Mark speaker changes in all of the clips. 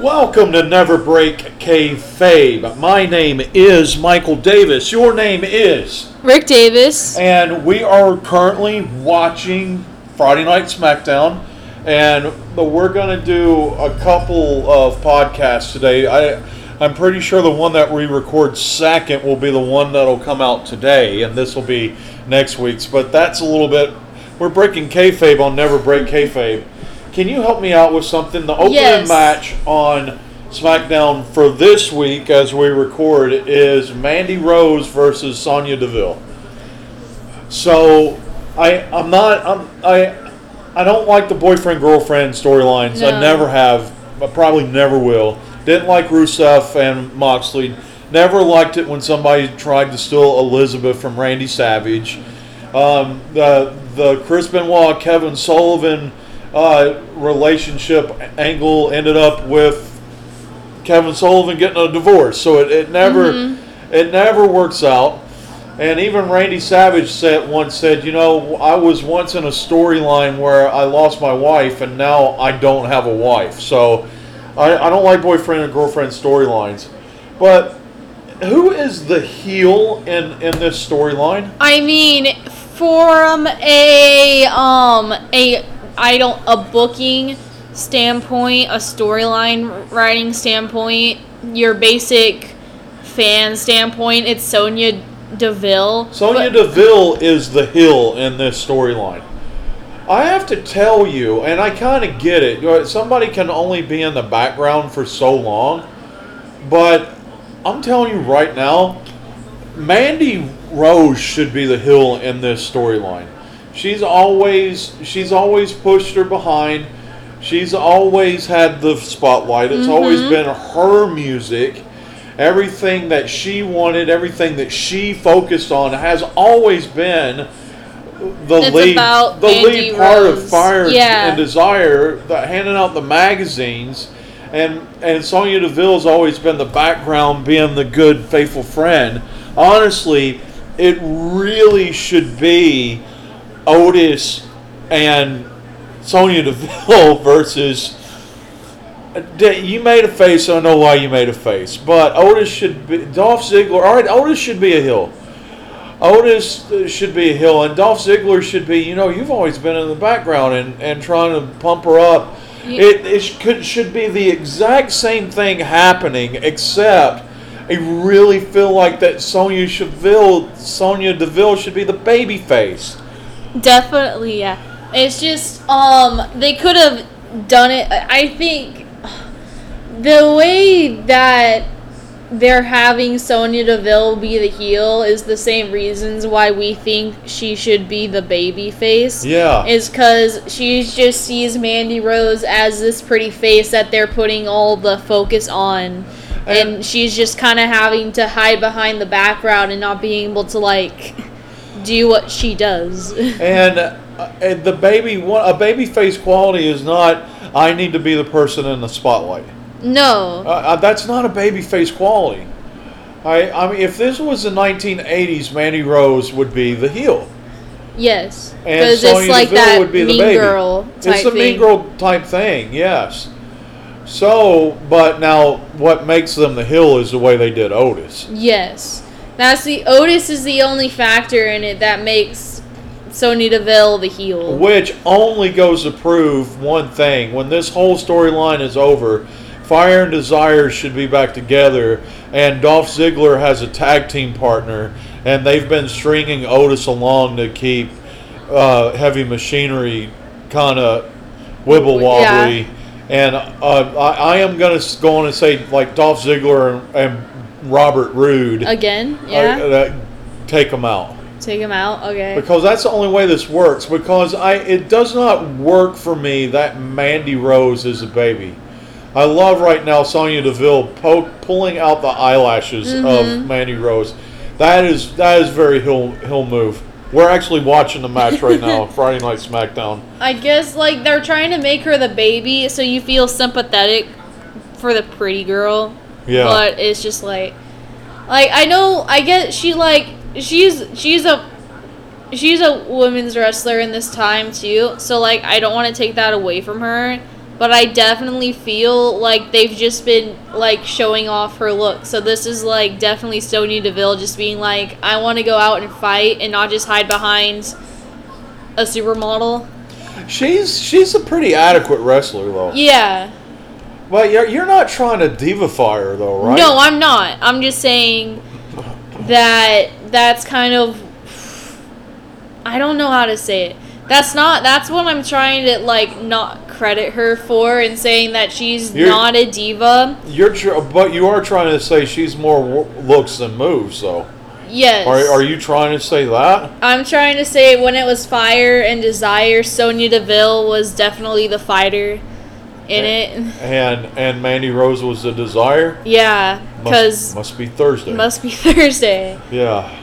Speaker 1: Welcome to Never Break Kayfabe. My name is Michael Davis. Your name is,
Speaker 2: Rick Davis.
Speaker 1: and we are currently watching Friday Night SmackDown, and we're going to do a couple of podcasts today. I, I'm pretty sure the one that we record second will be the one that'll come out today, and this will be next week's. But that's a little bit. We're breaking kayfabe on Never Break Kayfabe. Can you help me out with something? The opening
Speaker 2: Yes.
Speaker 1: match on SmackDown for this week as we record is Mandy Rose versus Sonya Deville. So I I'm not I'm, I I don't like the boyfriend girlfriend storylines. I
Speaker 2: No.
Speaker 1: never have. I probably never will. Didn't like Rusev and Moxley. Never liked it when somebody tried to steal Elizabeth from Randy Savage. Um, the the Chris Benoit Kevin Sullivan uh, relationship angle ended up with Kevin Sullivan getting a divorce. So it, it never it never works out. And even Randy Savage said once said, you know, I was once in a storyline where I lost my wife and now I don't have a wife. So I, I don't like boyfriend and girlfriend storylines. But who is the heel in, in this storyline?
Speaker 2: I mean, from a um a I don't a booking standpoint, a storyline writing standpoint, your basic fan standpoint, it's Sonya Deville.
Speaker 1: Sonya
Speaker 2: But-
Speaker 1: Deville is the hill in this storyline. I have to tell you, and I kind of get it. you know, Somebody can only be in the background for so long, but I'm telling you right now, Mandy Rose should be the hill in this storyline. She's always she's always pushed her behind. She's always had the spotlight. It's always been her music. Everything that she wanted, everything that she focused on has always been the
Speaker 2: It's
Speaker 1: lead
Speaker 2: about
Speaker 1: the
Speaker 2: Mandy
Speaker 1: lead part of
Speaker 2: Rose.
Speaker 1: Fire
Speaker 2: Yeah.
Speaker 1: and Desire, the, handing out the magazines, and and Sonya Deville's always been the background, being the good faithful friend. Honestly, it really should be Otis and Sonya Deville versus. Da- You made a face. I don't know why you made a face, but Otis should be Dolph Ziggler. All right, Otis should be a heel. Otis uh, should be a heel, and Dolph Ziggler should be. You know, you've always been in the background and, and trying to pump her up.
Speaker 2: You-
Speaker 1: It, it sh- could, should be the exact same thing happening, except I really feel like that Sonya Deville, Sonya Deville should be the baby face.
Speaker 2: Definitely, yeah. It's just um they could have done it. I I think the way that they're having Sonya Deville be the heel is the same reasons why we think she should be the baby face.
Speaker 1: Yeah.
Speaker 2: Is because she just sees Mandy Rose as this pretty face that they're putting all the focus on.
Speaker 1: And-
Speaker 2: And she's just kind of having to hide behind the background and not being able to, like, do what she does.
Speaker 1: and, uh, and the baby, one- a baby face quality is not. I need to be the person in the spotlight.
Speaker 2: No.
Speaker 1: Uh, uh, that's not a babyface quality. I, I mean, if this was the 1980s, Mandy Rose would be the heel,
Speaker 2: Yes.
Speaker 1: and
Speaker 2: Because
Speaker 1: Sonya
Speaker 2: it's like
Speaker 1: Deville
Speaker 2: that
Speaker 1: would be
Speaker 2: mean
Speaker 1: the baby.
Speaker 2: girl type
Speaker 1: it's the
Speaker 2: thing.
Speaker 1: mean girl type thing, yes. So, but now what makes them the heel is the way they did Otis.
Speaker 2: Yes. That's the Otis is the only factor in it that makes Sonya Deville the heel.
Speaker 1: Which only goes to prove one thing. When this whole storyline is over, Fire and Desire should be back together, and Dolph Ziggler has a tag team partner, and they've been stringing Otis along to keep uh, Heavy Machinery kind of wibble wobbly. And uh, I, I am going to go on and say, like, Dolph Ziggler and, and Robert Roode uh,
Speaker 2: Again? Yeah.
Speaker 1: uh, take them out
Speaker 2: Take him out. Okay.
Speaker 1: because that's the only way this works because i it does not work for me that mandy rose is a baby i love right now sonia deville poke, pulling out the eyelashes
Speaker 2: Mm-hmm.
Speaker 1: of mandy rose that is that is very hill hill move we're actually watching the match right now friday night smackdown
Speaker 2: I guess like they're trying to make her the baby so you feel sympathetic for the pretty girl.
Speaker 1: yeah
Speaker 2: But it's just like like I know I get she like she's she's a she's a women's wrestler in this time too. So like I don't want to take that away from her. but I definitely feel like they've just been like showing off her look. So this is like definitely Sonya Deville just being like, I want to go out and fight and not just hide behind a supermodel.
Speaker 1: She's she's a pretty adequate wrestler though.
Speaker 2: Yeah.
Speaker 1: But you're you're not trying to divify her though, right?
Speaker 2: No, I'm not. I'm just saying that that's kind of I don't know how to say it. That's not that's what I'm trying to like not credit her for and saying that she's
Speaker 1: You're-
Speaker 2: not a diva.
Speaker 1: You're tr- but you are trying to say she's more w- looks than moves though.
Speaker 2: Yes.
Speaker 1: Are are you trying to say that?
Speaker 2: I'm trying to say when it was Fire and Desire, Sonya Deville was definitely the fighter in it.
Speaker 1: And and Mandy Rose was the desire.
Speaker 2: Yeah,
Speaker 1: Must-
Speaker 2: because must,
Speaker 1: must be Thursday.
Speaker 2: be Thursday.
Speaker 1: yeah.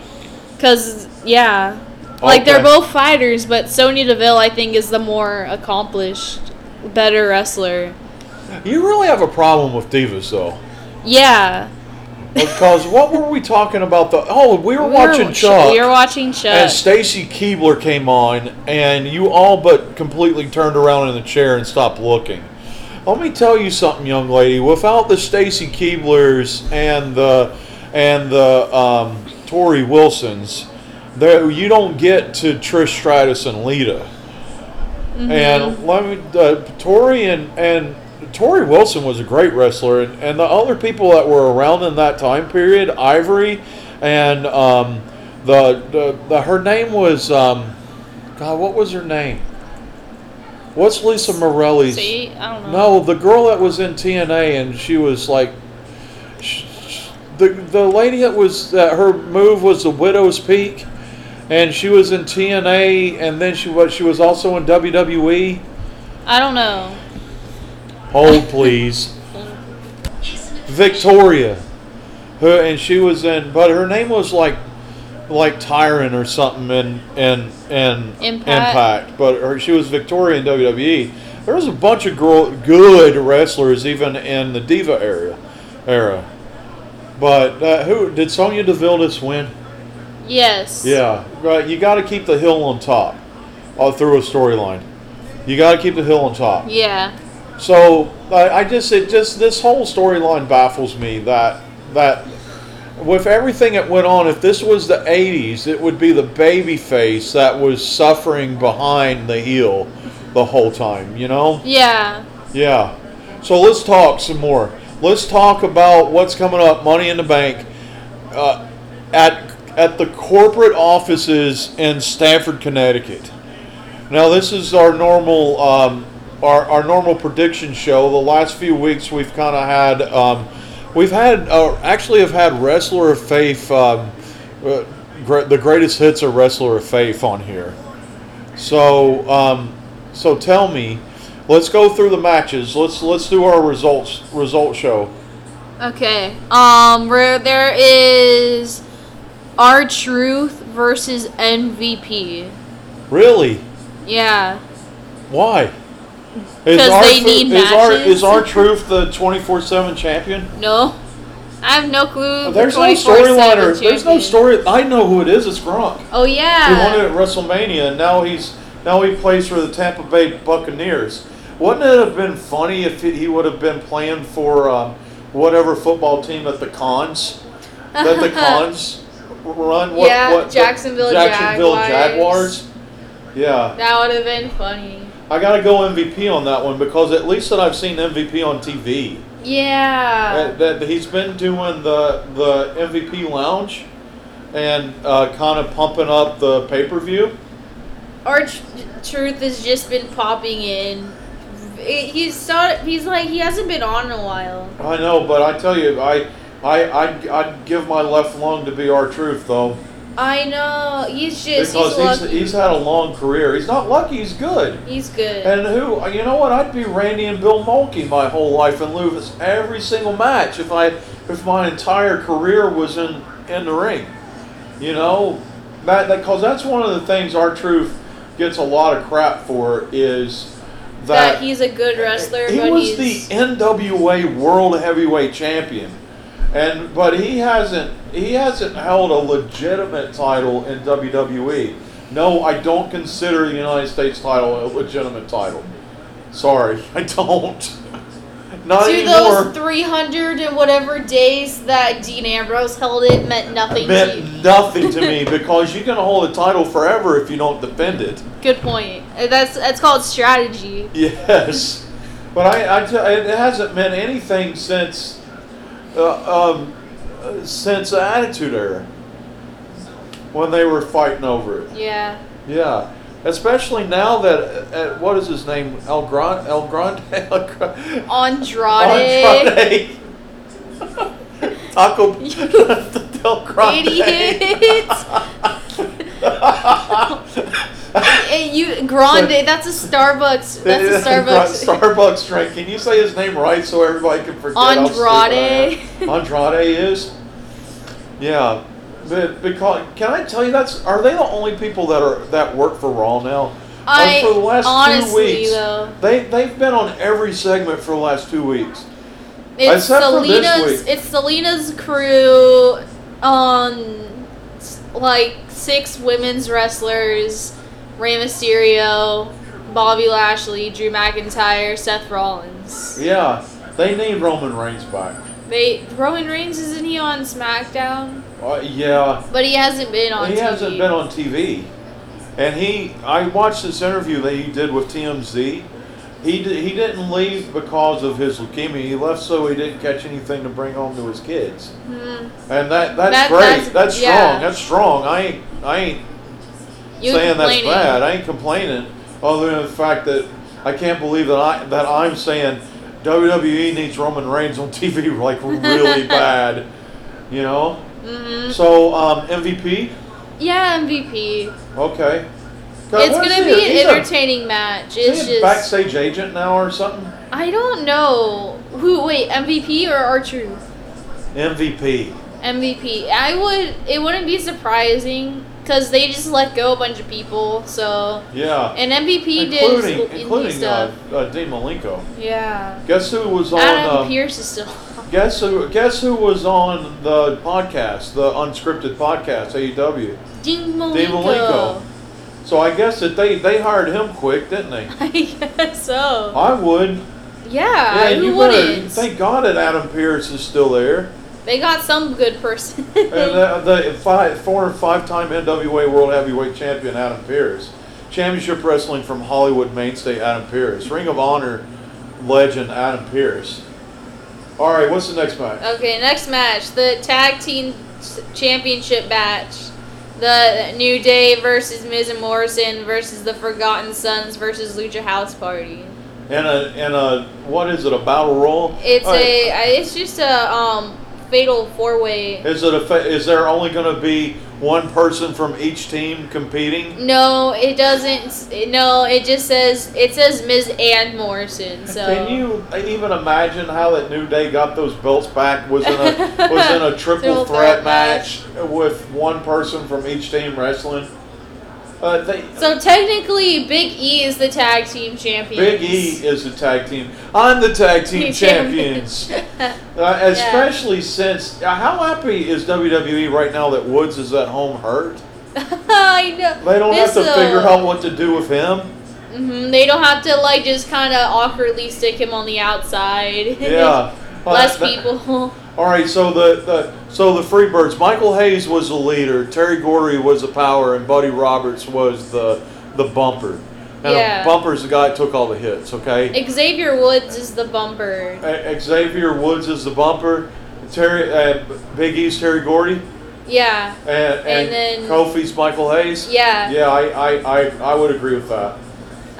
Speaker 2: Because, yeah. Like, they're
Speaker 1: Okay.
Speaker 2: both fighters, but Sonya Deville, I think, is the more accomplished, better wrestler.
Speaker 1: You really have a problem with divas though.
Speaker 2: Yeah.
Speaker 1: Because what were we talking about? The oh, we were
Speaker 2: We
Speaker 1: watching Chuck,
Speaker 2: You're watching Chuck.
Speaker 1: and Stacy Keebler came on, and you all but completely turned around in the chair and stopped looking. Let me tell you something, young lady. Without the Stacy Keeblers and the and the um, Tori Wilsons, there you don't get to Trish Stratus and Lita. And let me, uh, Tori and and Tori Wilson was a great wrestler, and, and the other people that were around in that time period, Ivory, and um, the, the the her name was um, God, what was her name? What's Lisa Morelli's?
Speaker 2: See? I don't know.
Speaker 1: No, the girl that was in TNA, and she was like, sh- sh- the the lady that was that her move was the widow's peak, and she was in TNA, and then she was she was also in E. WWE.
Speaker 2: I don't know.
Speaker 1: Hold please, Victoria, who and she was in, but her name was like like Tyrant or something in in in
Speaker 2: Impact.
Speaker 1: but her, she was Victoria in WWE. There was a bunch of girl, good wrestlers even in the diva era era. But uh, who did Sonya Deville just win?
Speaker 2: Yes.
Speaker 1: Yeah, right. You got to keep the hill on top uh, through a storyline. You got to keep the hill on top.
Speaker 2: Yeah.
Speaker 1: So I, I just it just this whole storyline baffles me that that with everything that went on, if this was the '80s, it would be the baby face that was suffering behind the heel the whole time. You know?
Speaker 2: Yeah.
Speaker 1: Yeah. So let's talk some more. Let's talk about what's coming up. Money in the bank. Uh, at at the corporate offices in Stamford, Connecticut. Now this is our normal um, our, our normal prediction show. The last few weeks we've kind of had um, we've had uh, actually have had wrestler of faith um, uh, gre- the greatest hits of wrestler of faith on here. So um, so tell me, let's go through the matches. Let's let's do our results result show.
Speaker 2: Okay. Um, where there is our truth versus MVP.
Speaker 1: Really?
Speaker 2: Yeah.
Speaker 1: Why?
Speaker 2: 'Cause
Speaker 1: our
Speaker 2: they
Speaker 1: Tru-
Speaker 2: need
Speaker 1: is our,
Speaker 2: matches.
Speaker 1: is our truth the twenty four seven champion?
Speaker 2: No, I have no clue. who
Speaker 1: Oh, There's no
Speaker 2: 24/7
Speaker 1: storyline. or- There's no
Speaker 2: champion-
Speaker 1: story. I know who it is. It's Gronk.
Speaker 2: Oh
Speaker 1: He won it
Speaker 2: yeah.
Speaker 1: at WrestleMania, and now he's now he plays for the Tampa Bay Buccaneers. Wouldn't it have been funny if he he would have been playing for um, whatever football team at the cons that the cons run? What,
Speaker 2: Yeah,
Speaker 1: what, the-
Speaker 2: Jacksonville
Speaker 1: Jacksonville
Speaker 2: Jaguars.
Speaker 1: Jaguars. Yeah,
Speaker 2: That would have been funny.
Speaker 1: I gotta go MVP on that one because at least that I've seen MVP on TV.
Speaker 2: Yeah.
Speaker 1: That, that he's been doing the the MVP lounge and uh, kind of pumping up the pay per view.
Speaker 2: Our tr- truth has just been popping in. It- He's so he's like he hasn't been on in a while.
Speaker 1: I know, but I tell you, I I I'd, I'd give my left lung to be our truth though,
Speaker 2: I know. He's just
Speaker 1: because
Speaker 2: he's
Speaker 1: he's
Speaker 2: lucky.
Speaker 1: he's had a long career. He's not lucky. He's good.
Speaker 2: He's good.
Speaker 1: And who, you know what? I'd be Randy and Bill Mulkey my whole life in Louvis every single match if I, if my entire career was in in the ring, you know, that because that's one of the things our truth gets a lot of crap for is
Speaker 2: that,
Speaker 1: that,
Speaker 2: he's a good wrestler,
Speaker 1: he
Speaker 2: but
Speaker 1: was
Speaker 2: he's
Speaker 1: the NWA World Heavyweight Champion, and but he hasn't he hasn't held a legitimate title in E. WWE. No, I don't consider the United States title a legitimate title. Sorry, I don't. Not
Speaker 2: to
Speaker 1: anymore.
Speaker 2: those 300 and whatever days that Dean Ambrose held it meant nothing to you.
Speaker 1: meant nothing to me because you can hold a title forever if you don't defend it.
Speaker 2: Good point. Uh, That's that's called strategy.
Speaker 1: Yes, but I, I t- it hasn't meant anything since, uh, um, uh, since the Attitude Era when they were fighting over it.
Speaker 2: Yeah.
Speaker 1: Yeah, especially now that uh, uh, what is his name El Grande El Grande El Grande.
Speaker 2: Andrade.
Speaker 1: Andrade. Taco Del Grande.
Speaker 2: Idiot. And you Grande. That's a Starbucks. That's a Starbucks.
Speaker 1: Starbucks drink. Can you say his name right so everybody can forget? how stupid I
Speaker 2: Andrade.
Speaker 1: am? Andrade is. Yeah, but because can I tell you that's are they the only people that are that work for Raw now? Like,
Speaker 2: I-
Speaker 1: for the last two
Speaker 2: honestly,
Speaker 1: weeks,
Speaker 2: though.
Speaker 1: they they've been on every segment for the last two weeks.
Speaker 2: It's
Speaker 1: Except for this
Speaker 2: Selena's.
Speaker 1: week.
Speaker 2: It's Selena's crew. Um, s- like six women's wrestlers: Rey Mysterio, Bobby Lashley, Drew McIntyre, Seth Rollins.
Speaker 1: Yeah, they need Roman Reigns back.
Speaker 2: They Roman Reigns isn't he on SmackDown?
Speaker 1: Uh, yeah,
Speaker 2: But he hasn't been on.
Speaker 1: he
Speaker 2: TV.
Speaker 1: hasn't been on TV. And he, I watched this interview that he did with TMZ. He di- he didn't leave because of his leukemia. He left so he didn't catch anything to bring home to his kids.
Speaker 2: Hmm.
Speaker 1: And that that's
Speaker 2: That-
Speaker 1: great.
Speaker 2: that's-
Speaker 1: That's,
Speaker 2: yeah.
Speaker 1: strong. That's strong. I ain't I ain't
Speaker 2: You
Speaker 1: saying that's
Speaker 2: complaining.
Speaker 1: bad. I ain't complaining. Other than the fact that I can't believe that I that I'm saying WWE needs Roman Reigns on TV like really bad. You know.
Speaker 2: Mhm.
Speaker 1: So um, MVP.
Speaker 2: Yeah, MVP.
Speaker 1: Okay. God,
Speaker 2: It's
Speaker 1: what is
Speaker 2: gonna
Speaker 1: he?
Speaker 2: be
Speaker 1: He's
Speaker 2: an
Speaker 1: a-
Speaker 2: entertaining
Speaker 1: is
Speaker 2: match.
Speaker 1: he
Speaker 2: It's
Speaker 1: a
Speaker 2: just
Speaker 1: backstage agent now or something.
Speaker 2: I don't know who. Wait, MVP or R Truth?
Speaker 1: MVP.
Speaker 2: MVP. I would. It wouldn't be surprising because they just let go a bunch of people. So
Speaker 1: Yeah.
Speaker 2: and MVP
Speaker 1: including
Speaker 2: did his indie
Speaker 1: including
Speaker 2: stuff.
Speaker 1: uh, uh, Dean Malenko.
Speaker 2: yeah.
Speaker 1: Guess who was on?
Speaker 2: Adam
Speaker 1: uh,
Speaker 2: Pierce is still.
Speaker 1: Guess who? Guess who was on the podcast, the unscripted podcast, AEW.
Speaker 2: Dean
Speaker 1: Dean Malenko.
Speaker 2: Malenko.
Speaker 1: So I guess that they they hired him quick, didn't they?
Speaker 2: I guess so.
Speaker 1: I would.
Speaker 2: Yeah.
Speaker 1: yeah,
Speaker 2: who
Speaker 1: you would.
Speaker 2: wouldn't?
Speaker 1: Thank God that Adam Pierce is still there,
Speaker 2: They got some good person.
Speaker 1: and uh, the five, four and five time NWA World Heavyweight Champion Adam Pierce, Championship Wrestling from Hollywood mainstay Adam Pierce, Ring of Honor legend Adam Pierce. All right, what's the next match?
Speaker 2: okay, next match the tag team s- championship match. The New Day versus Miz and Morrison versus the Forgotten Sons versus Lucha House Party.
Speaker 1: And a and a what is it? A battle roll?
Speaker 2: It's
Speaker 1: All right.
Speaker 2: a I it's just a um fatal four way.
Speaker 1: Is it a fa- is there only going to be one person from each team competing?
Speaker 2: No, it doesn't. it- No, it just says it says Ms. and Morrison. So
Speaker 1: Can you even imagine how that New Day got those belts back? Was in a was in a triple
Speaker 2: Triple
Speaker 1: threat
Speaker 2: threat
Speaker 1: match with one person from each team wrestling. Uh, they,
Speaker 2: So technically, Big E is the tag team champion.
Speaker 1: Big E is the tag team. I'm the tag team champions. Uh, especially since uh, how happy is WWE right now that Woods is at home hurt?
Speaker 2: I know.
Speaker 1: They don't have to
Speaker 2: This'll-
Speaker 1: figure out what to do with him.
Speaker 2: Mhm, they don't have to like just kind of awkwardly stick him on the outside.
Speaker 1: Yeah. Well,
Speaker 2: Less
Speaker 1: that-
Speaker 2: people.
Speaker 1: All right, so the, the so the Freebirds. Michael Hayes was the leader, Terry Gordy was the power, and Buddy Roberts was the the bumper. And
Speaker 2: Yeah.
Speaker 1: the bumper's the guy that took all the hits. Okay.
Speaker 2: Xavier Woods is the bumper.
Speaker 1: A- Xavier Woods is the bumper. Terry uh, Big E's Terry Gordy,
Speaker 2: Yeah.
Speaker 1: and, and,
Speaker 2: then-
Speaker 1: Kofi's Michael Hayes.
Speaker 2: Yeah.
Speaker 1: Yeah, I, I, I, I would agree with that.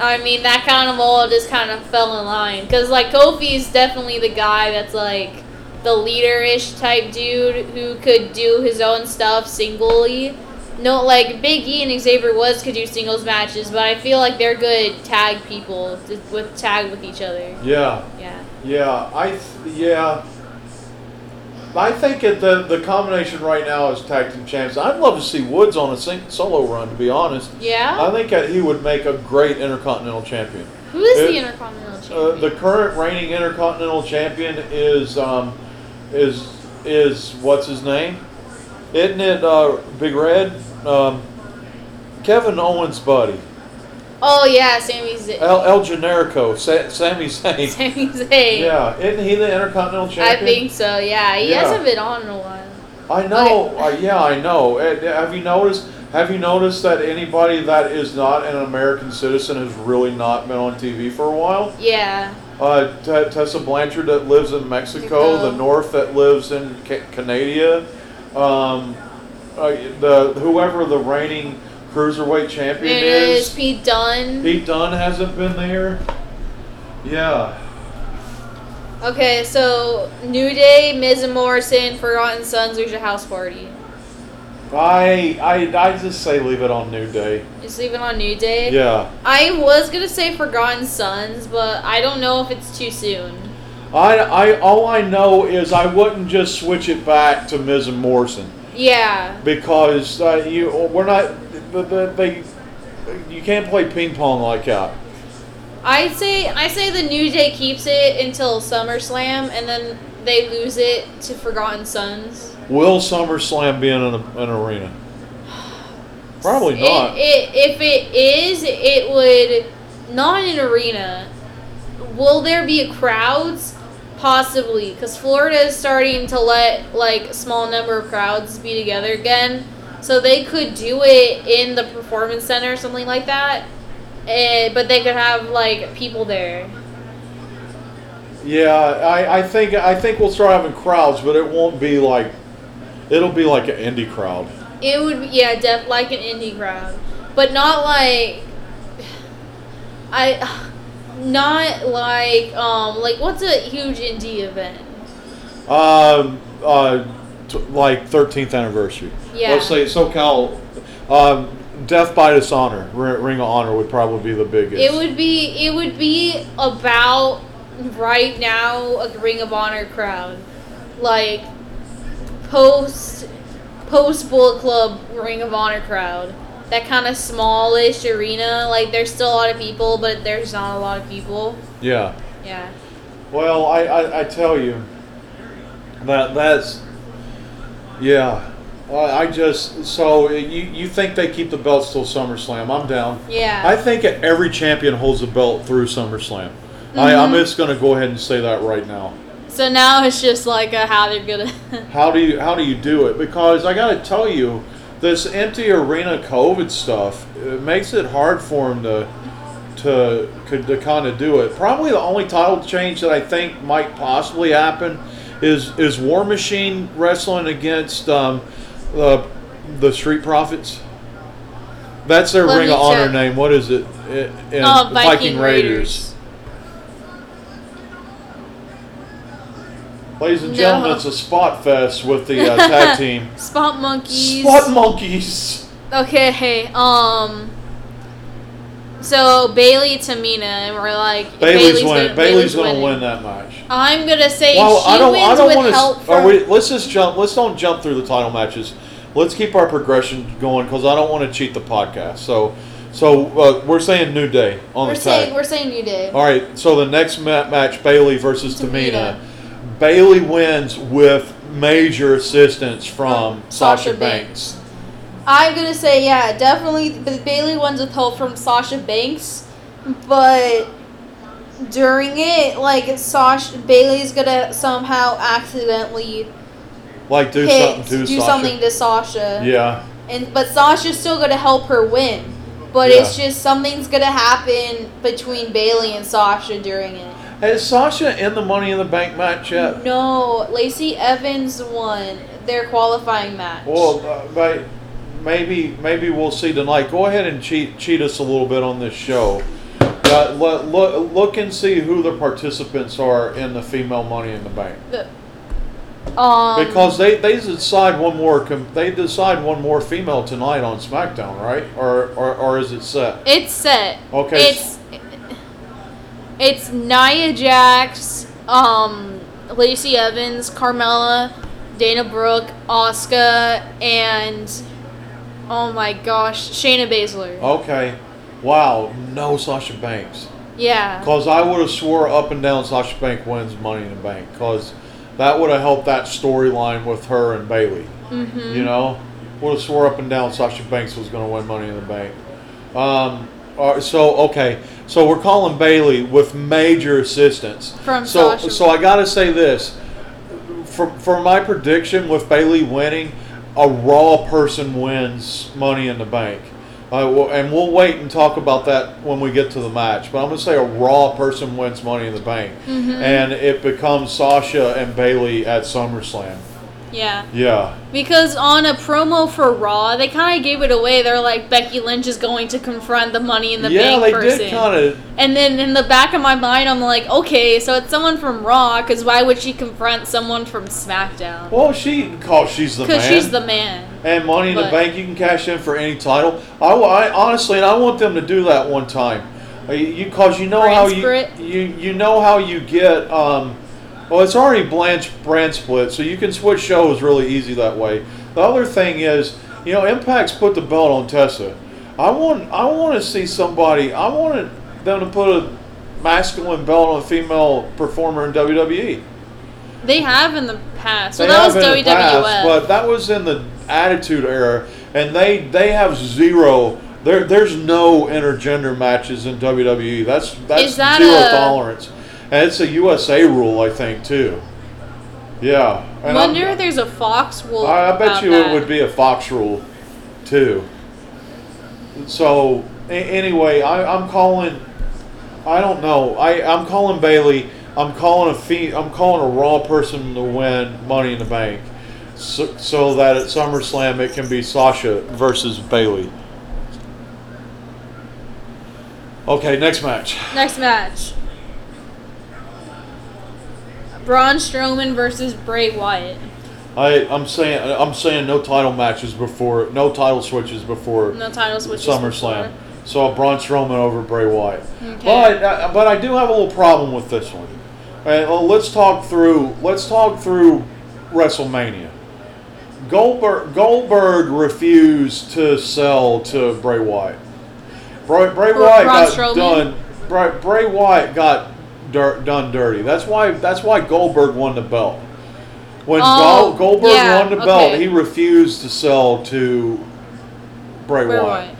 Speaker 2: I mean, that kind of all just kind of fell in line. Because, like, Kofi's definitely the guy that's, like, the leader ish type dude who could do his own stuff singly. No, like, Big E and Xavier Woods could do singles matches, but I feel like they're good tag people to, with tag with each other.
Speaker 1: Yeah.
Speaker 2: Yeah.
Speaker 1: Yeah, I th- yeah. I think that the the combination right now is tag team champs. I'd love to see Woods on a sing- solo run. To be honest,
Speaker 2: Yeah?
Speaker 1: I think that he would make a great intercontinental champion.
Speaker 2: Who is
Speaker 1: it-
Speaker 2: the Intercontinental
Speaker 1: Uh,
Speaker 2: Champion?
Speaker 1: the current reigning intercontinental champion is um, is is what's his name? Isn't it uh, Big Red? Um, Kevin Owens' buddy.
Speaker 2: Oh yeah, Sami Zayn.
Speaker 1: El, El Generico, Sa- Sami Zayn.
Speaker 2: Sami Zayn.
Speaker 1: Uh, Yeah, isn't he the Intercontinental
Speaker 2: I
Speaker 1: Champion?
Speaker 2: think so. Yeah, he
Speaker 1: Yeah.
Speaker 2: hasn't been on in a while.
Speaker 1: I know. Uh, yeah, I know. Uh, have you noticed? Have you noticed that anybody that is not an American citizen has really not been on TV for a while?
Speaker 2: Yeah.
Speaker 1: Uh, T- Tessa Blanchard that lives in Mexico,
Speaker 2: Mexico.
Speaker 1: the North that lives in Ca- Canada, um, uh, the whoever the reigning cruiserweight champion
Speaker 2: There it is.
Speaker 1: is.
Speaker 2: Pete Dunne.
Speaker 1: Pete Dunne hasn't been there. Yeah.
Speaker 2: Okay, so New Day, Miz and Morrison, Forgotten Sons, Lucia House Party.
Speaker 1: I, I I just say leave it on New Day.
Speaker 2: Just leaving on New Day.
Speaker 1: Yeah.
Speaker 2: I was gonna say Forgotten Sons, but I don't know if it's too soon.
Speaker 1: I, I all I know is I wouldn't just switch it back to Miz and Morrison
Speaker 2: Yeah.
Speaker 1: because uh, you we're not the, the, they you can't play ping pong like that.
Speaker 2: I say I say the New Day keeps it until SummerSlam, and then they lose it to Forgotten Sons.
Speaker 1: Will SummerSlam be in an, an arena? Probably not.
Speaker 2: It, it, if it is, it would not an arena. Will there be crowds? Possibly, because Florida is starting to let like small number of crowds be together again, so they could do it in the performance center or something like that. Eh, but they could have like people there.
Speaker 1: yeah, I, I think I think we'll start having crowds, but it won't be like it'll be like an indie crowd.
Speaker 2: It would be yeah, def like an indie crowd, but not like I, not like um like what's a huge indie event?
Speaker 1: Um, uh, t- like 13th anniversary.
Speaker 2: Yeah.
Speaker 1: Let's say SoCal. Um, Death by Dishonor, R- Ring of Honor would probably be the biggest.
Speaker 2: It would be it would be about right now a Ring of Honor crowd, like post post Bullet Club Ring of Honor crowd. That kind of smallish arena, like there's still a lot of people, but there's not a lot of people.
Speaker 1: Yeah.
Speaker 2: Yeah.
Speaker 1: Well, I, I, I tell you, that that's. Yeah. I, I just. So uh, you, you think they keep the belts till SummerSlam. I'm down.
Speaker 2: Yeah.
Speaker 1: I think every champion holds a belt through SummerSlam. I,
Speaker 2: Mm-hmm.
Speaker 1: I'm just going to go ahead and say that right now.
Speaker 2: So now it's just like a how they're gonna.
Speaker 1: how do you how do you do it because i gotta tell you this empty arena covid stuff it makes it hard for him to to, could- to kind of do it probably the only title change that i think might possibly happen is is war machine wrestling against um, the the street profits that's their
Speaker 2: Let
Speaker 1: ring
Speaker 2: me
Speaker 1: of honor
Speaker 2: check.
Speaker 1: name what is it in, in
Speaker 2: Oh, Viking Raiders.
Speaker 1: Ladies and gentlemen,
Speaker 2: No.
Speaker 1: it's a spot fest with the uh, tag team.
Speaker 2: Spot monkeys.
Speaker 1: Spot monkeys.
Speaker 2: okay. Hey. Um. So Bailey Tamina, and we're like
Speaker 1: Bailey's, win. Bailey's, gonna
Speaker 2: winning.
Speaker 1: win that match.
Speaker 2: I'm gonna say
Speaker 1: Well,
Speaker 2: she
Speaker 1: I don't.
Speaker 2: wins
Speaker 1: I don't oh,
Speaker 2: with
Speaker 1: want
Speaker 2: help
Speaker 1: to.
Speaker 2: from.
Speaker 1: Are we, let's just jump. Let's don't jump through the title matches. Let's keep our progression going because I don't want to cheat the podcast. So, so uh, we're saying New Day on Oh.
Speaker 2: are
Speaker 1: the
Speaker 2: saying
Speaker 1: tag.
Speaker 2: we're saying you did.
Speaker 1: All right. So the next ma- match, Bailey versus
Speaker 2: Tamina.
Speaker 1: Tamina. Bailey wins with major assistance from
Speaker 2: From
Speaker 1: Sasha,
Speaker 2: Sasha
Speaker 1: Banks.
Speaker 2: I'm gonna say yeah, definitely. But Bailey wins with help from Sasha Banks, but during it, like Sasha Bailey's gonna somehow accidentally
Speaker 1: Like do
Speaker 2: hit-
Speaker 1: something to
Speaker 2: do
Speaker 1: Sasha.
Speaker 2: something to Sasha.
Speaker 1: yeah.
Speaker 2: And but Sasha's still gonna help her win. But it's just something's gonna happen between Bailey and Sasha during it.
Speaker 1: Is Sasha in the Money in the Bank match yet?
Speaker 2: No, Lacey Evans won their qualifying match.
Speaker 1: Well, uh, but maybe maybe we'll see tonight. Go ahead and cheat cheat us a little bit on this show. Uh, look, look, look and see who the participants are in the female Money in the Bank
Speaker 2: The- um,
Speaker 1: because they, they decide one more com- they decide one more female tonight on SmackDown, right? Or or, or is it set?
Speaker 2: it's set.
Speaker 1: Okay.
Speaker 2: It's it's Nia Jax, um, Lacey Evans, Carmella, Dana Brooke, Oscar, and oh my gosh, Shayna Baszler.
Speaker 1: Oh. Okay. Wow, no Sasha Banks.
Speaker 2: Yeah.
Speaker 1: Because I would have swore up and down Sasha Bank wins Money in the Bank. Because that would have helped that storyline with her and Bailey. You know, would have swore up and down Sasha Banks was going to win Money in the Bank. Um, Uh, so okay, so we're calling Bailey with major assistance
Speaker 2: From
Speaker 1: so.
Speaker 2: Sasha.
Speaker 1: So I gotta say this, for for my prediction with Bailey winning, a Raw person wins Money in the Bank, uh, well, and we'll wait and talk about that when we get to the match. But I'm gonna say a Raw person wins Money in the Bank,
Speaker 2: Mm-hmm.
Speaker 1: and it becomes Sasha and Bailey at SummerSlam.
Speaker 2: Yeah.
Speaker 1: Yeah,
Speaker 2: Because on a promo for Raw, they kind of gave it away. They're like, Becky Lynch is going to confront the Money in the
Speaker 1: yeah,
Speaker 2: Bank
Speaker 1: they
Speaker 2: person.
Speaker 1: did kind of
Speaker 2: And then in the back of my mind, I'm like, okay, so it's someone from Raw, because why would she confront someone from SmackDown?
Speaker 1: Well, she because she's the man.
Speaker 2: Because she's the man.
Speaker 1: and money in the
Speaker 2: but-
Speaker 1: bank. You can cash in for any title. I, wa- I- honestly, and I want them to do that one time. Uh, You because you know
Speaker 2: Brand
Speaker 1: how you,
Speaker 2: split?
Speaker 1: you you know how you get. Um, well, it's already Blanche brand split, so you can switch shows really easy that way. The other thing is, you know, Impact's put the belt on Tessa. I want I want to see somebody. I wanted them to put a masculine belt on a female performer in E. WWE.
Speaker 2: They have in the past. So
Speaker 1: They
Speaker 2: that was E.
Speaker 1: have in the
Speaker 2: WWF.
Speaker 1: past, but that was in the Attitude Era, and they they have zero. There, there's no intergender matches in WWE. That's that's
Speaker 2: Is that
Speaker 1: zero
Speaker 2: a-
Speaker 1: tolerance, and it's a USA rule, I think, too. Yeah. And I'm-
Speaker 2: Wonder if there's a Fox rule.
Speaker 1: I, I bet
Speaker 2: about
Speaker 1: you
Speaker 2: that.
Speaker 1: it would be a Fox rule, too. So a- anyway, I, I'm calling. I don't know. I I'm calling Bailey. I'm calling a fee, I'm calling a Raw person to win Money in the Bank, so, so that at SummerSlam it can be Sasha versus Bailey. Okay, next match.
Speaker 2: Next match. Braun Strowman versus Bray Wyatt.
Speaker 1: I I'm saying I'm saying no title matches before no title switches before
Speaker 2: No title switches.
Speaker 1: SummerSlam. So a Braun Strowman over Bray Wyatt.
Speaker 2: Okay.
Speaker 1: But uh, but I do have a little problem with this one. Uh, well, let's talk through let's talk through WrestleMania. Goldberg Goldberg refused to sell to Bray Wyatt. Bray, Bray
Speaker 2: Br-
Speaker 1: Wyatt
Speaker 2: Braun
Speaker 1: got
Speaker 2: Strowman?
Speaker 1: done. Bray, Bray Wyatt got dir- done dirty. That's why that's why Goldberg won the belt. When
Speaker 2: Oh,
Speaker 1: Gol- Goldberg
Speaker 2: yeah,
Speaker 1: won the belt,
Speaker 2: okay.
Speaker 1: he refused to sell to Bray,
Speaker 2: Bray
Speaker 1: Wyatt.
Speaker 2: Wyatt.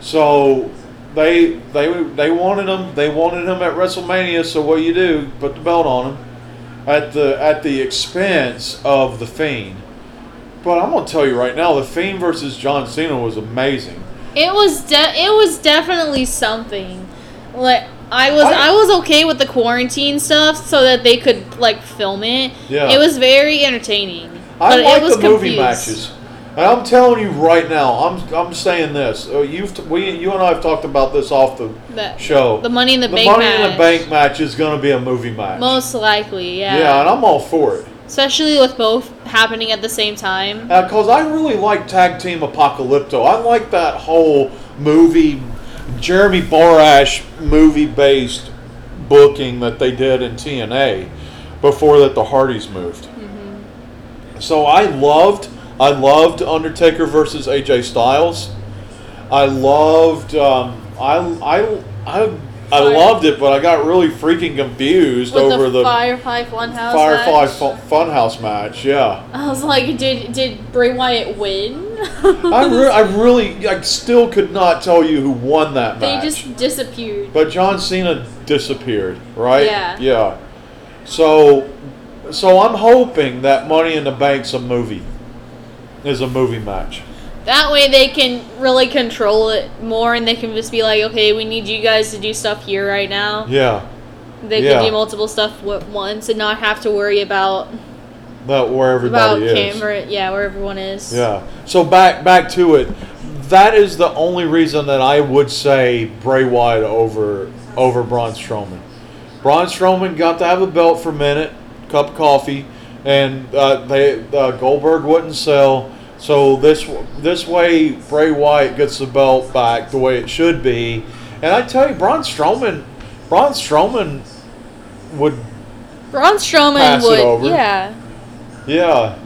Speaker 1: So they they they wanted him. They wanted him at WrestleMania. So what you do? Put the belt on him at the at the expense of the Fiend. But I'm gonna tell you right now, the Fiend versus John Cena was amazing.
Speaker 2: It was de- it was definitely something. Like I was
Speaker 1: I-
Speaker 2: I, was okay with the quarantine stuff so that they could like film it.
Speaker 1: Yeah.
Speaker 2: It was very entertaining.
Speaker 1: I
Speaker 2: but
Speaker 1: like
Speaker 2: it was
Speaker 1: the
Speaker 2: confused.
Speaker 1: movie matches. And I'm telling you right now, I'm I'm saying this. Uh, You've t- we you and I have talked about this off the
Speaker 2: The,
Speaker 1: show.
Speaker 2: the Money in the,
Speaker 1: The
Speaker 2: Bank
Speaker 1: Money
Speaker 2: match.
Speaker 1: in the Bank match is gonna be a movie match.
Speaker 2: Most likely, yeah.
Speaker 1: yeah, and I'm all for it.
Speaker 2: Especially with both happening at the same time.
Speaker 1: because Uh, I really like Tag Team Apocalypto. I like that whole movie, Jeremy Borash movie based booking that they did in TNA before that the Hardys moved.
Speaker 2: Mm-hmm.
Speaker 1: So I loved, I loved Undertaker versus AJ Styles. I loved, um, I, I, I, I
Speaker 2: Fire-
Speaker 1: loved it, but I got really freaking confused
Speaker 2: With
Speaker 1: over
Speaker 2: the
Speaker 1: the,
Speaker 2: Firefly Funhouse
Speaker 1: Firefly
Speaker 2: match.
Speaker 1: Fun Funhouse match. Yeah.
Speaker 2: I was like, did did Bray Wyatt win?
Speaker 1: I, re- I really, I still could not tell you who won that
Speaker 2: they
Speaker 1: match.
Speaker 2: just disappeared.
Speaker 1: but John Cena disappeared, right?
Speaker 2: Yeah.
Speaker 1: Yeah. So, so I'm hoping that Money in the Bank's a movie, is a movie match.
Speaker 2: That way they can really control it more and they can just be like, okay, we need you guys to do stuff here right now.
Speaker 1: Yeah.
Speaker 2: They
Speaker 1: yeah.
Speaker 2: can do multiple stuff at once and not have to worry about
Speaker 1: That where
Speaker 2: about
Speaker 1: everybody is.
Speaker 2: camera, yeah, where everyone is.
Speaker 1: Yeah. So back back to it. That is the only reason that I would say Bray Wyatt over over Braun Strowman. Braun Strowman got to have a belt for a minute, cup of coffee, and uh, they uh, Goldberg wouldn't sell. So this this way Bray Wyatt gets the belt back the way it should be. And I tell you, Braun Strowman, Braun Strowman would
Speaker 2: Braun Strowman
Speaker 1: Pass it
Speaker 2: would,
Speaker 1: over.
Speaker 2: yeah,
Speaker 1: yeah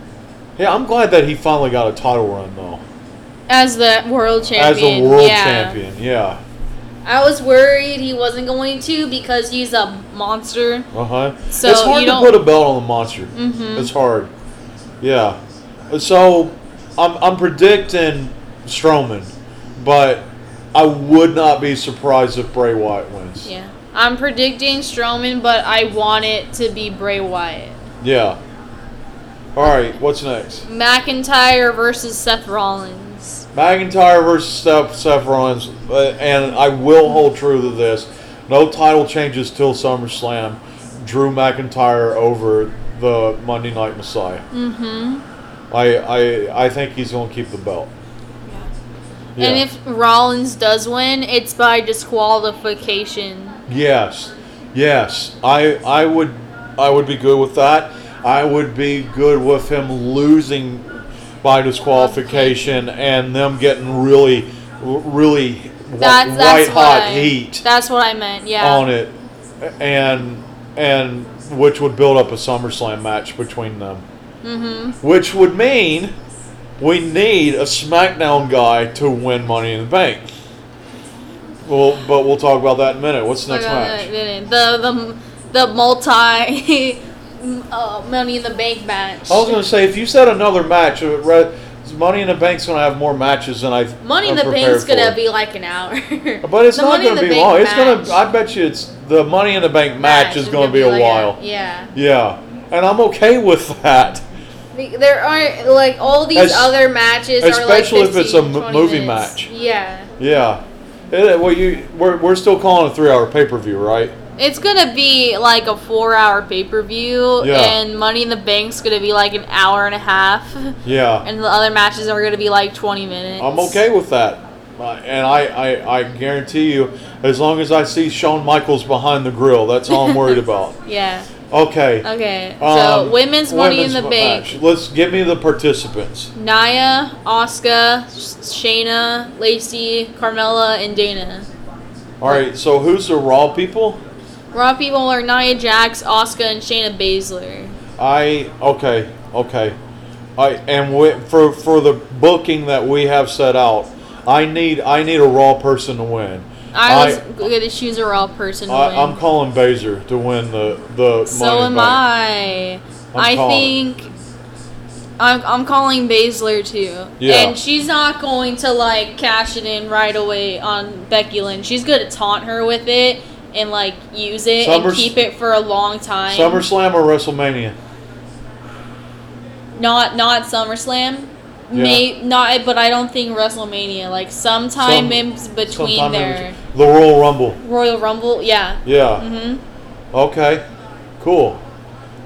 Speaker 1: yeah. I'm glad that he finally got a title run though.
Speaker 2: as the world
Speaker 1: as
Speaker 2: champion.
Speaker 1: a world
Speaker 2: yeah.
Speaker 1: champion. Yeah.
Speaker 2: I was worried he wasn't going to because he's a monster.
Speaker 1: Uh huh.
Speaker 2: So
Speaker 1: it's hard
Speaker 2: you
Speaker 1: to
Speaker 2: don't-
Speaker 1: put a belt on the monster. Mm-hmm. It's hard. Yeah. So I'm I'm predicting Strowman, but I would not be surprised if Bray Wyatt wins.
Speaker 2: Yeah. I'm predicting Strowman, but I want it to be Bray Wyatt.
Speaker 1: Yeah. All right, what's next?
Speaker 2: McIntyre versus Seth Rollins.
Speaker 1: McIntyre versus Seth, Seth Rollins, uh, and I will hold true to this. No title changes till SummerSlam. Drew McIntyre over the Monday Night Messiah.
Speaker 2: Mm-hmm.
Speaker 1: I I, I think he's going to keep the belt. Yeah.
Speaker 2: And if Rollins does win, it's by disqualification.
Speaker 1: Yes, yes. I I would I would be good with that. I would be good with him losing by disqualification and them getting really really wh-
Speaker 2: That's
Speaker 1: white
Speaker 2: that's
Speaker 1: hot
Speaker 2: what I,
Speaker 1: heat
Speaker 2: That's what I meant. Yeah.
Speaker 1: on it, and and which would build up a SummerSlam match between them. Mm-hmm. Which would mean we need a SmackDown guy to win Money in the Bank. Well, but we'll talk about that in a minute. What's the next match?
Speaker 2: The the the multi uh, Money in the Bank match.
Speaker 1: I was going to say, if you said another match, it would re- Money in the Bank's going to have more matches than I.
Speaker 2: Money in
Speaker 1: I'm
Speaker 2: the
Speaker 1: prepared
Speaker 2: Bank's gonna
Speaker 1: for.
Speaker 2: be like an hour.
Speaker 1: But it's
Speaker 2: The
Speaker 1: not
Speaker 2: Money in
Speaker 1: going to
Speaker 2: the
Speaker 1: be
Speaker 2: Bank
Speaker 1: long. It's going
Speaker 2: match-
Speaker 1: to. I bet you it's the Money in the Bank match, is going to be, a
Speaker 2: like
Speaker 1: while.
Speaker 2: yeah.
Speaker 1: yeah, and I'm okay with that.
Speaker 2: The- There aren't like all these
Speaker 1: Es-
Speaker 2: other matches, are, like,
Speaker 1: especially if it's a
Speaker 2: 15,
Speaker 1: m-
Speaker 2: 20
Speaker 1: movie
Speaker 2: minutes.
Speaker 1: match.
Speaker 2: Yeah,
Speaker 1: Yeah. Eh, well, you we're, we're still calling a three-hour pay-per-view, right?
Speaker 2: it's gonna be like a four-hour pay-per-view,
Speaker 1: Yeah.
Speaker 2: and Money in the Bank's gonna be like an hour and a half,
Speaker 1: Yeah.
Speaker 2: and the other matches are gonna be like twenty minutes.
Speaker 1: I'm okay with that, Uh, and I, I I guarantee you, as long as I see Shawn Michaels behind the grill, that's all I'm worried about.
Speaker 2: Yeah.
Speaker 1: Okay.
Speaker 2: Okay. so
Speaker 1: um,
Speaker 2: women's Money in
Speaker 1: women's
Speaker 2: the
Speaker 1: ma-
Speaker 2: Bank.
Speaker 1: match. Let's give me the participants.
Speaker 2: Naya, Oscar, Shayna, Lacey, Carmella, and Dana.
Speaker 1: All right. So who's the Raw people?
Speaker 2: Raw people are Nia Jax, Oscar, and Shayna Baszler.
Speaker 1: I okay, okay. I and we, for for the booking that we have set out, I need I need a raw person to win.
Speaker 2: I was
Speaker 1: I,
Speaker 2: gonna choose a raw person. to win.
Speaker 1: I am calling Baser to win the the.
Speaker 2: So
Speaker 1: Money in
Speaker 2: am
Speaker 1: the Bank.
Speaker 2: I.
Speaker 1: I'm
Speaker 2: i
Speaker 1: calling
Speaker 2: think I'm, I'm calling Baszler too.
Speaker 1: Yeah.
Speaker 2: And she's not going to like cash it in right away on Becky Lynch. She's going to taunt her with it and like use it
Speaker 1: Summers-
Speaker 2: and keep it for a long time.
Speaker 1: SummerSlam or WrestleMania?
Speaker 2: not not SummerSlam. May not but I don't think WrestleMania like sometime
Speaker 1: Some-
Speaker 2: in between
Speaker 1: Sometime in
Speaker 2: their
Speaker 1: between- The Royal Rumble.
Speaker 2: Royal Rumble. Yeah.
Speaker 1: Yeah.
Speaker 2: Mhm.
Speaker 1: Okay. Cool.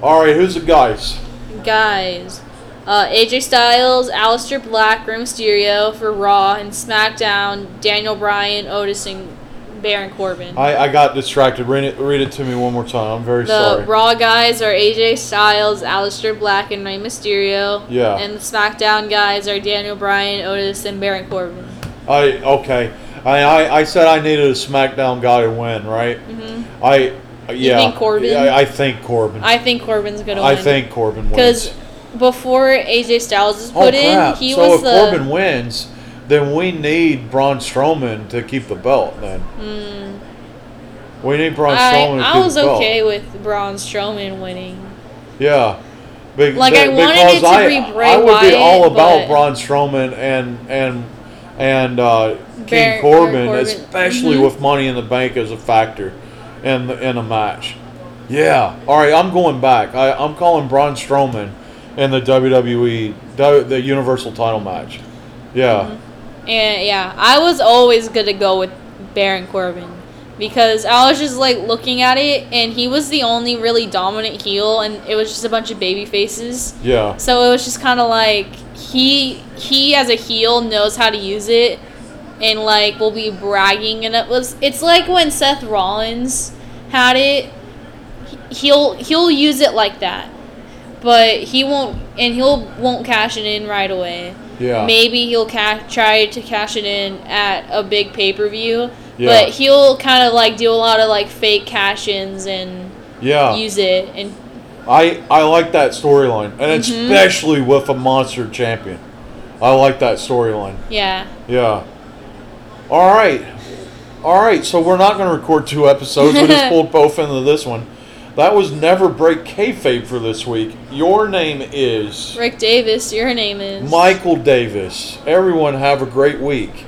Speaker 1: All right. Who's the guys?
Speaker 2: guys. Uh, AJ Styles, Aleister Black, Rey Mysterio for Raw, and SmackDown, Daniel Bryan, Otis, and Baron Corbin.
Speaker 1: I, I got distracted. Read it, read it to me one more time. I'm very
Speaker 2: the
Speaker 1: sorry.
Speaker 2: Raw guys are AJ Styles, Aleister Black, and Rey Mysterio.
Speaker 1: Yeah.
Speaker 2: And the SmackDown guys are Daniel Bryan, Otis, and Baron Corbin.
Speaker 1: I okay. I, I, I said I needed a SmackDown guy to win, right? I yeah.
Speaker 2: Mm-hmm. think Corbin?
Speaker 1: Yeah, I, I think Corbin. I,
Speaker 2: I think Corbin's gonna win.
Speaker 1: think Corbin
Speaker 2: because
Speaker 1: wins.
Speaker 2: before AJ Styles was
Speaker 1: Oh
Speaker 2: put
Speaker 1: crap!
Speaker 2: in, he
Speaker 1: so
Speaker 2: was
Speaker 1: if
Speaker 2: the
Speaker 1: Corbin wins, then we need Braun Strowman to keep the belt. Then we need Braun Strowman. to
Speaker 2: I, Hmm. I
Speaker 1: keep
Speaker 2: was
Speaker 1: the belt.
Speaker 2: okay with Braun Strowman winning.
Speaker 1: Yeah. Be-
Speaker 2: Like, I
Speaker 1: be-
Speaker 2: wanted it
Speaker 1: because
Speaker 2: to
Speaker 1: I,
Speaker 2: be Bray
Speaker 1: I would be all
Speaker 2: Wyatt,
Speaker 1: about
Speaker 2: but-
Speaker 1: Braun Strowman and and and uh, King
Speaker 2: Baron- Baron
Speaker 1: Corbin,
Speaker 2: Corbin.
Speaker 1: especially
Speaker 2: Mhm.
Speaker 1: with Money in the Bank as a factor in the, in a match. Yeah. All right. I'm going back. I, I'm calling Braun Strowman in the WWE the, the Universal Title match. Yeah.
Speaker 2: And yeah, I was always gonna go with Baron Corbin because I was just like looking at it, and he was the only really dominant heel, and it was just a bunch of baby faces.
Speaker 1: Yeah.
Speaker 2: So it was just kind of like he he as a heel knows how to use it, and like will be bragging, and it was it's like when Seth Rollins had it, he'll he'll use it like that, but he won't and he'll won't cash it in right away.
Speaker 1: Yeah.
Speaker 2: Maybe he'll ca- try to cash it in at a big pay per view,
Speaker 1: Yeah.
Speaker 2: but he'll kind of like do a lot of like fake cash ins and
Speaker 1: Yeah.
Speaker 2: use it. And
Speaker 1: I I like that storyline, and
Speaker 2: Mm-hmm.
Speaker 1: especially with a monster champion. I like that storyline.
Speaker 2: yeah,
Speaker 1: Yeah. All right. All right. So we're not going to record two episodes. We just pulled both into this one. That was never break kayfabe for this week. Your name is
Speaker 2: Rick Davis, your name is
Speaker 1: Michael Davis. Everyone have a great week.